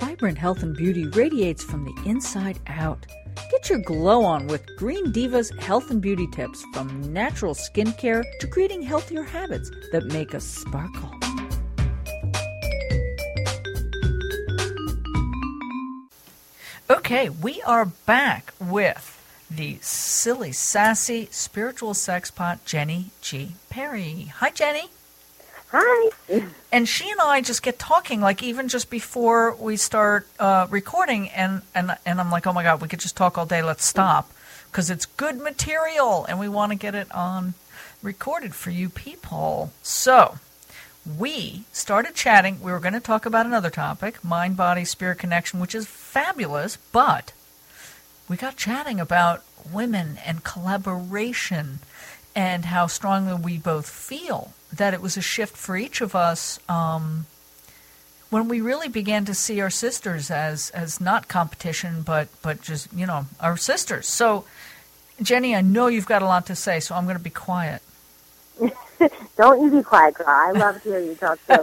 vibrant health and beauty radiates from the inside out. Get your glow on with Green Diva's health and beauty tips from natural skincare to creating healthier habits that make us sparkle. Okay, we are back with the silly, sassy, spiritual sex pot, Jenny G. Perry. Hi, Jenny. Hi. And she and I just get talking, like even just before we start uh, recording, and, and and I'm like, oh my god, we could just talk all day. Let's stop because it's good material, and we want to get it on recorded for you people. So we started chatting. We were going to talk about another topic, mind body spirit connection, which is fabulous, but we got chatting about women and collaboration and how strongly we both feel that it was a shift for each of us um, when we really began to see our sisters as as not competition but but just you know our sisters so jenny i know you've got a lot to say so i'm going to be quiet Don't you be quiet, girl. I love to hear you talk too.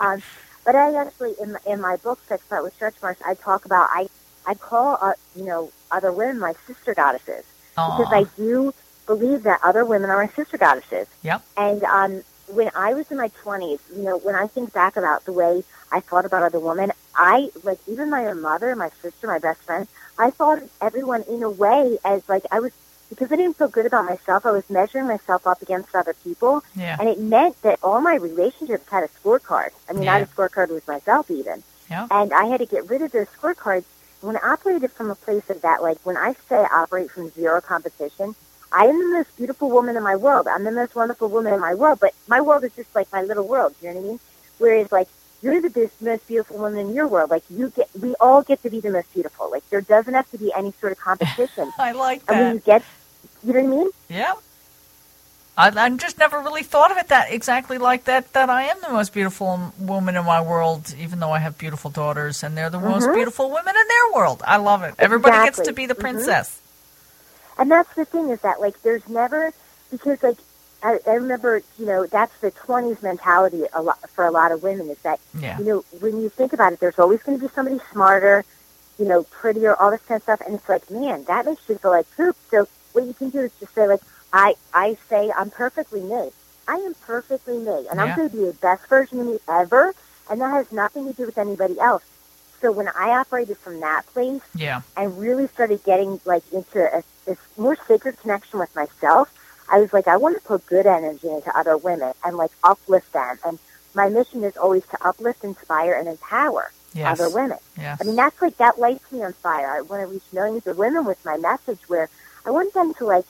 um, but I actually, in in my book, Sex Part with Stretch Marks, I talk about I I call uh, you know other women my sister goddesses because Aw. I do believe that other women are my sister goddesses. yep And um, when I was in my twenties, you know, when I think back about the way I thought about other women, I like even my own mother, my sister, my best friend, I thought of everyone in a way as like I was because I didn't feel good about myself. I was measuring myself up against other people, yeah and it meant that all my relationships had a scorecard. I mean, I Yeah. had a scorecard with myself even. Yeah. And I had to get rid of those scorecards. When I operated from a place of that, like when I say I operate from zero competition, I am the most beautiful woman in my world. I'm the most wonderful woman in my world, but my world is just like my little world. You know what I mean? Whereas like you're the best, most beautiful woman in your world. Like you get, we all get to be the most beautiful. Like there doesn't have to be any sort of competition. i like and when that you get, you know what I mean? Yeah. I, I've just never really thought of it that exactly like that. That I am the most beautiful m- woman in my world, even though I have beautiful daughters, and they're the most beautiful women in their world. I love it. Everybody gets to Mm-hmm. Exactly. be the Mhm. princess. And that's the thing is that like there's never because like I, I remember you know that's the 20s mentality a lot for a lot of women is that Yeah. you know when you think about it there's always going to be somebody smarter, you know prettier, all this kind of stuff, and it's like man that makes you feel like poop. So what you can do is just say like I I say I'm perfectly me. I am perfectly me, and Yeah. I'm going to be the best version of me ever, and that has nothing to do with anybody else. So when I operated from that place, Yeah. I really started getting like into a, this more sacred connection with myself. I was like, I want to put good energy into other women and like uplift them. And my mission is always to uplift, inspire, and empower Yes. other women. Yes. I mean, that's like that lights me on fire. I want to reach millions of women with my message where I want them to like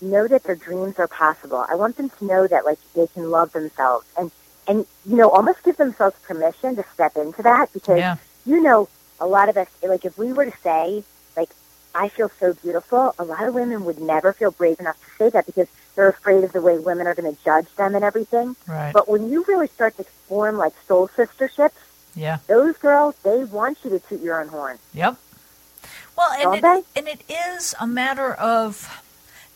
know that their dreams are possible. I want them to know that like they can love themselves and and you know almost give themselves permission to step into that because Yeah. you know a lot of us like if we were to say like I feel so beautiful, a lot of women would never feel brave enough to say that because they're afraid of the way women are going to judge them and everything. Right. But when you really start to form like soul sisterships, Yeah. those girls they want you to toot your own horn. Yep. Well, and Don't it, and it is a matter of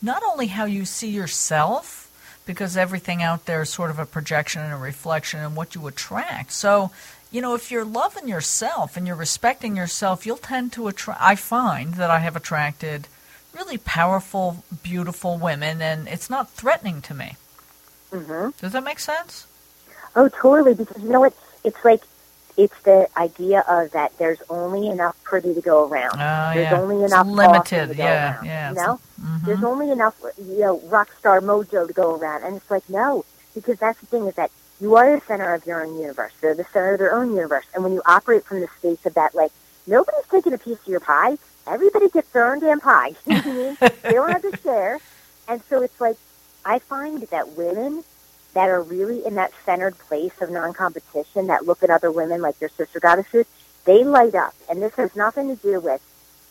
not only how you see yourself, because everything out there is sort of a projection and a reflection and what you attract. So, you know, if you're loving yourself and you're respecting yourself, you'll tend to attract. I find that I have attracted really powerful, beautiful women, and it's not threatening to me. hmm Does that make sense? Oh, totally. Because you know what? It's like it's the idea of that there's only enough pretty to go around. Oh, there's yeah. only It's enough limited. awesome to go Yeah, around. yeah. Mm-hmm. You know, there's only enough you know rock star mojo to go around, and it's like no, because that's the thing is that you are the center of your own universe. They're the center of their own universe, and when you operate from the space of that, like nobody's taking a piece of your pie. Everybody gets their own damn pie. You know what I mean? they don't have to share, and so it's like I find that women that are really in that centered place of non-competition that look at other women like their sister goddesses, they light up. And this has nothing to do with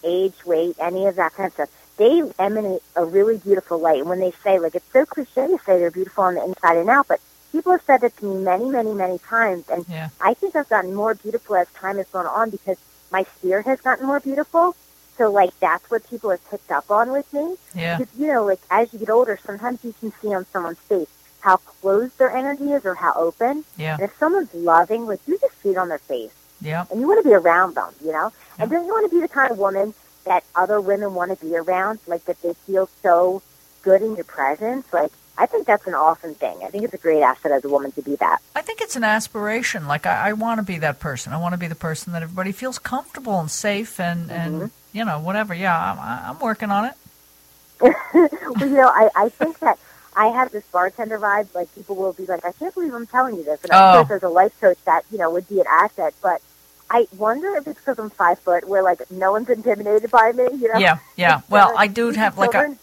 age, weight, any of that kind of stuff. They emanate a really beautiful light. And when they say, like, it's so cliche to say they're beautiful on the inside and out, but people have said that to me many, many, many times. And Yeah. I think I've gotten more beautiful as time has gone on because my spirit has gotten more beautiful. So, like, that's what people have picked up on with me. Yeah. Because, you know, like as you get older, sometimes you can see on someone's face how closed their energy is or how open. Yeah. And if someone's loving, like you just see it on their face. Yep. and you want to be around them, you know? And then you want to be the kind of woman that other women want to be around, like that they feel so good in your presence. Like, I think that's an awesome thing. I think it's a great asset as a woman to be that. I think it's an aspiration. Like I, I want to be that person. I want to be the person that everybody feels comfortable and safe and Mm-hmm. and you know whatever. Yeah, I'm, I- I'm working on it. well, you know, I, I think that I have this bartender vibe. Like, people will be like, I can't believe I'm telling you this. And Oh. of course, as a life coach, that, you know, would be an asset. But I wonder if it's because I'm five foot, where, like, no one's intimidated by me, you know? Yeah, yeah. It's, Well, uh, I do these have like a, children-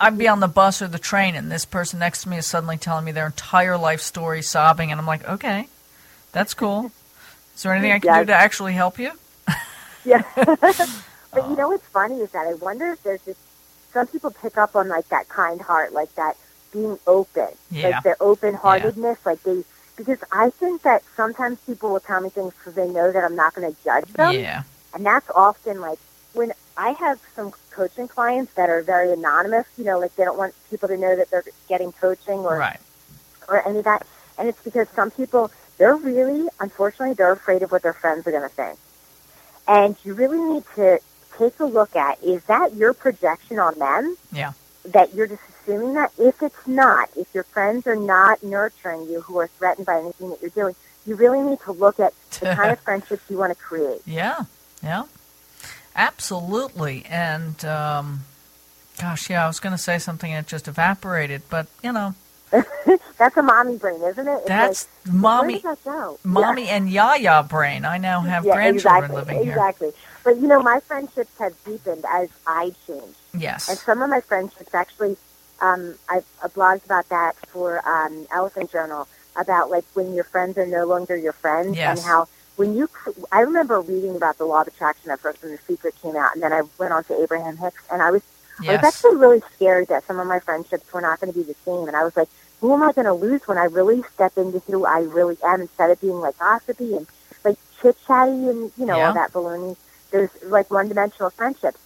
I'd be on the bus or the train, and this person next to me is suddenly telling me their entire life story, sobbing, and I'm like, okay, that's cool. Is there anything I can do Yes. to actually help you? Yeah. Oh. but you know what's funny is that I wonder if there's just some people pick up on like that kind heart, like that being open, Yeah. like their open heartedness, like they because I think that sometimes people will tell me things because they know that I'm not going to judge them, Yeah, and that's often like when I have some coaching clients that are very anonymous, you know, like they don't want people to know that they're getting coaching or right. or any of that. And it's because some people, they're really, unfortunately, they're afraid of what their friends are going to think. And you really need to take a look at, is that your projection on them? Yeah. That you're just assuming that? If it's not, if your friends are not nurturing you who are threatened by anything that you're doing, you really need to look at the kind of friendships you want to create. Yeah, yeah, absolutely. And um, gosh, yeah, I was going to say something and it just evaporated, but you know, That's a mommy brain, isn't it? It's that's like, mommy, Where did that go? Yeah. mommy and yaya brain. I now have grandchildren exactly, living here. Exactly. But you know, my friendships have deepened as I changed. And Yes. some of my friendships actually, um, I, I blogged about that for um, Elephant Journal about like when your friends are no longer your friends Yes. and how when you, cr- I remember reading about the law of attraction at first when The Secret came out, and then I went on to Abraham Hicks, and I was I was Yes. actually really scared that some of my friendships were not going to be the same. And I was like, who am I going to lose when I really step into who I really am instead of being like gossipy and like chit chatty and, you know, Yeah. all that baloney. There's like one dimensional friendships.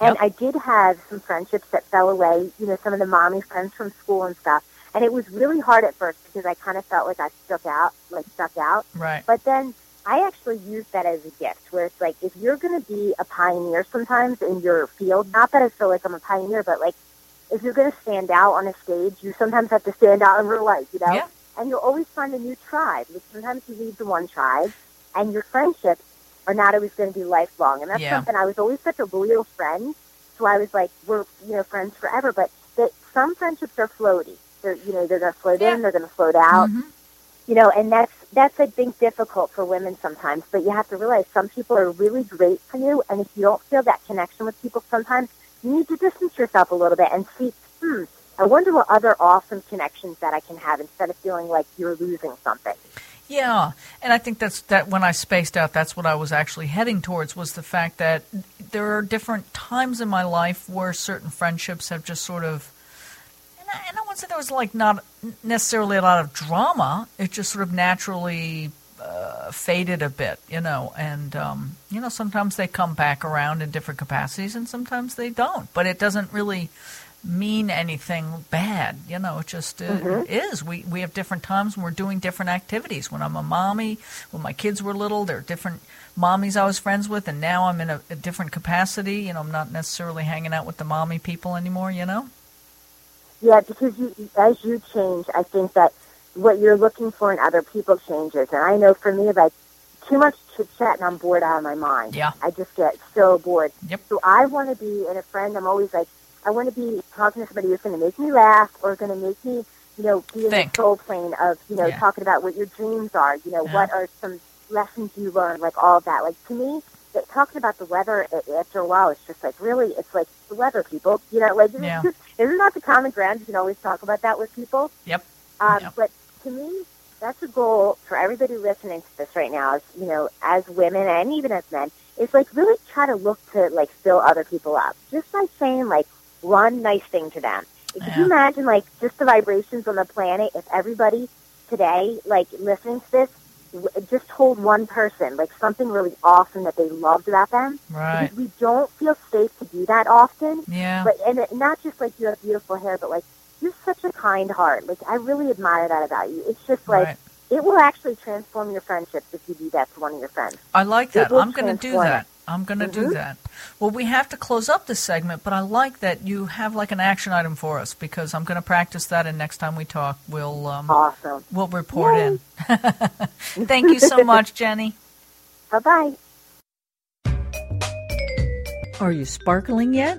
And Yep. I did have some friendships that fell away, you know, some of the mommy friends from school and stuff. And it was really hard at first because I kind of felt like I stuck out, like stuck out. Right. But then I actually use that as a gift, where it's like if you're going to be a pioneer sometimes in your field, not that I feel like I'm a pioneer, but like if you're going to stand out on a stage, you sometimes have to stand out in real life, you know? Yeah. And you'll always find a new tribe. Like sometimes you leave the one tribe, and your friendships are not always going to be lifelong. And that's Yeah. something I was always such a loyal friend, so I was like, we're you know friends forever. But that some friendships are floaty. They're you know they're going to float Yeah. in, they're going to float out Mhm. you know, and that's that's I think difficult for women sometimes. But you have to realize some people are really great for you, and if you don't feel that connection with people, sometimes you need to distance yourself a little bit and see. Hmm, I wonder what other awesome connections that I can have instead of feeling like you're losing something. Yeah, and I think that's that. When I spaced out, that's what I was actually heading towards was the fact that there are different times in my life where certain friendships have just sort of. And I, and I wouldn't say there was like not necessarily a lot of drama. It just sort of naturally uh, faded a bit, you know. And um, you know, sometimes they come back around in different capacities, and sometimes they don't. But it doesn't really mean anything bad. You know, it just uh, Mm-hmm. it is. We we have different times when we're doing different activities. When I'm a mommy, when my kids were little, there are different mommies I was friends with, and now I'm in a, a different capacity. You know, I'm not necessarily hanging out with the mommy people anymore. You know. Yeah, because you, as you change, I think that what you're looking for in other people changes. And I know for me, like too much chit chat, and I'm bored out of my mind. Yeah. I just get so bored. Yep. So I want to be in a friend. I'm always like, I want to be talking to somebody who's going to make me laugh or going to make me, you know, be in Think. the soul plane of, you know, Yeah. talking about what your dreams are. You know, Yeah. what are some lessons you learned, like all of that. Like to me, that talking about the weather a- after a while, it's just like really, it's like the weather, people. You know, like Yeah. it's just, isn't that the common ground? You can always talk about that with people. Yep. Um, Yeah. But to me, that's a goal for everybody listening to this right now. Is you know, as women and even as men, is like really try to look to like fill other people up, just by saying like one nice thing to them. Could Yeah. you imagine like just the vibrations on the planet if everybody today like listening to this w- just told one person like something really awesome that they loved about them? Right. Because we don't feel safe to do that often. Yeah. But and it, not just like you have beautiful hair, but like you're such a kind heart. Like I really admire that about you. It's just like Right. It will actually transform your friendships if you do that to one of your friends. I like that. will I'm going to do transform Mm-hmm. it. that. I'm going to do that. Well, we have to close up this segment, but I like that you have like an action item for us because I'm going to practice that, and next time we talk, we'll um, Awesome. we'll report in. Thank you so much, Jenny. Bye bye. Are you sparkling yet?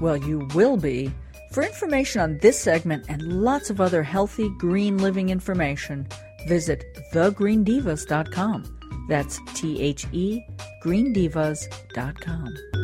Well, you will be. For information on this segment and lots of other healthy green living information, visit thegreendivas.com. That's T H E greendivas.com.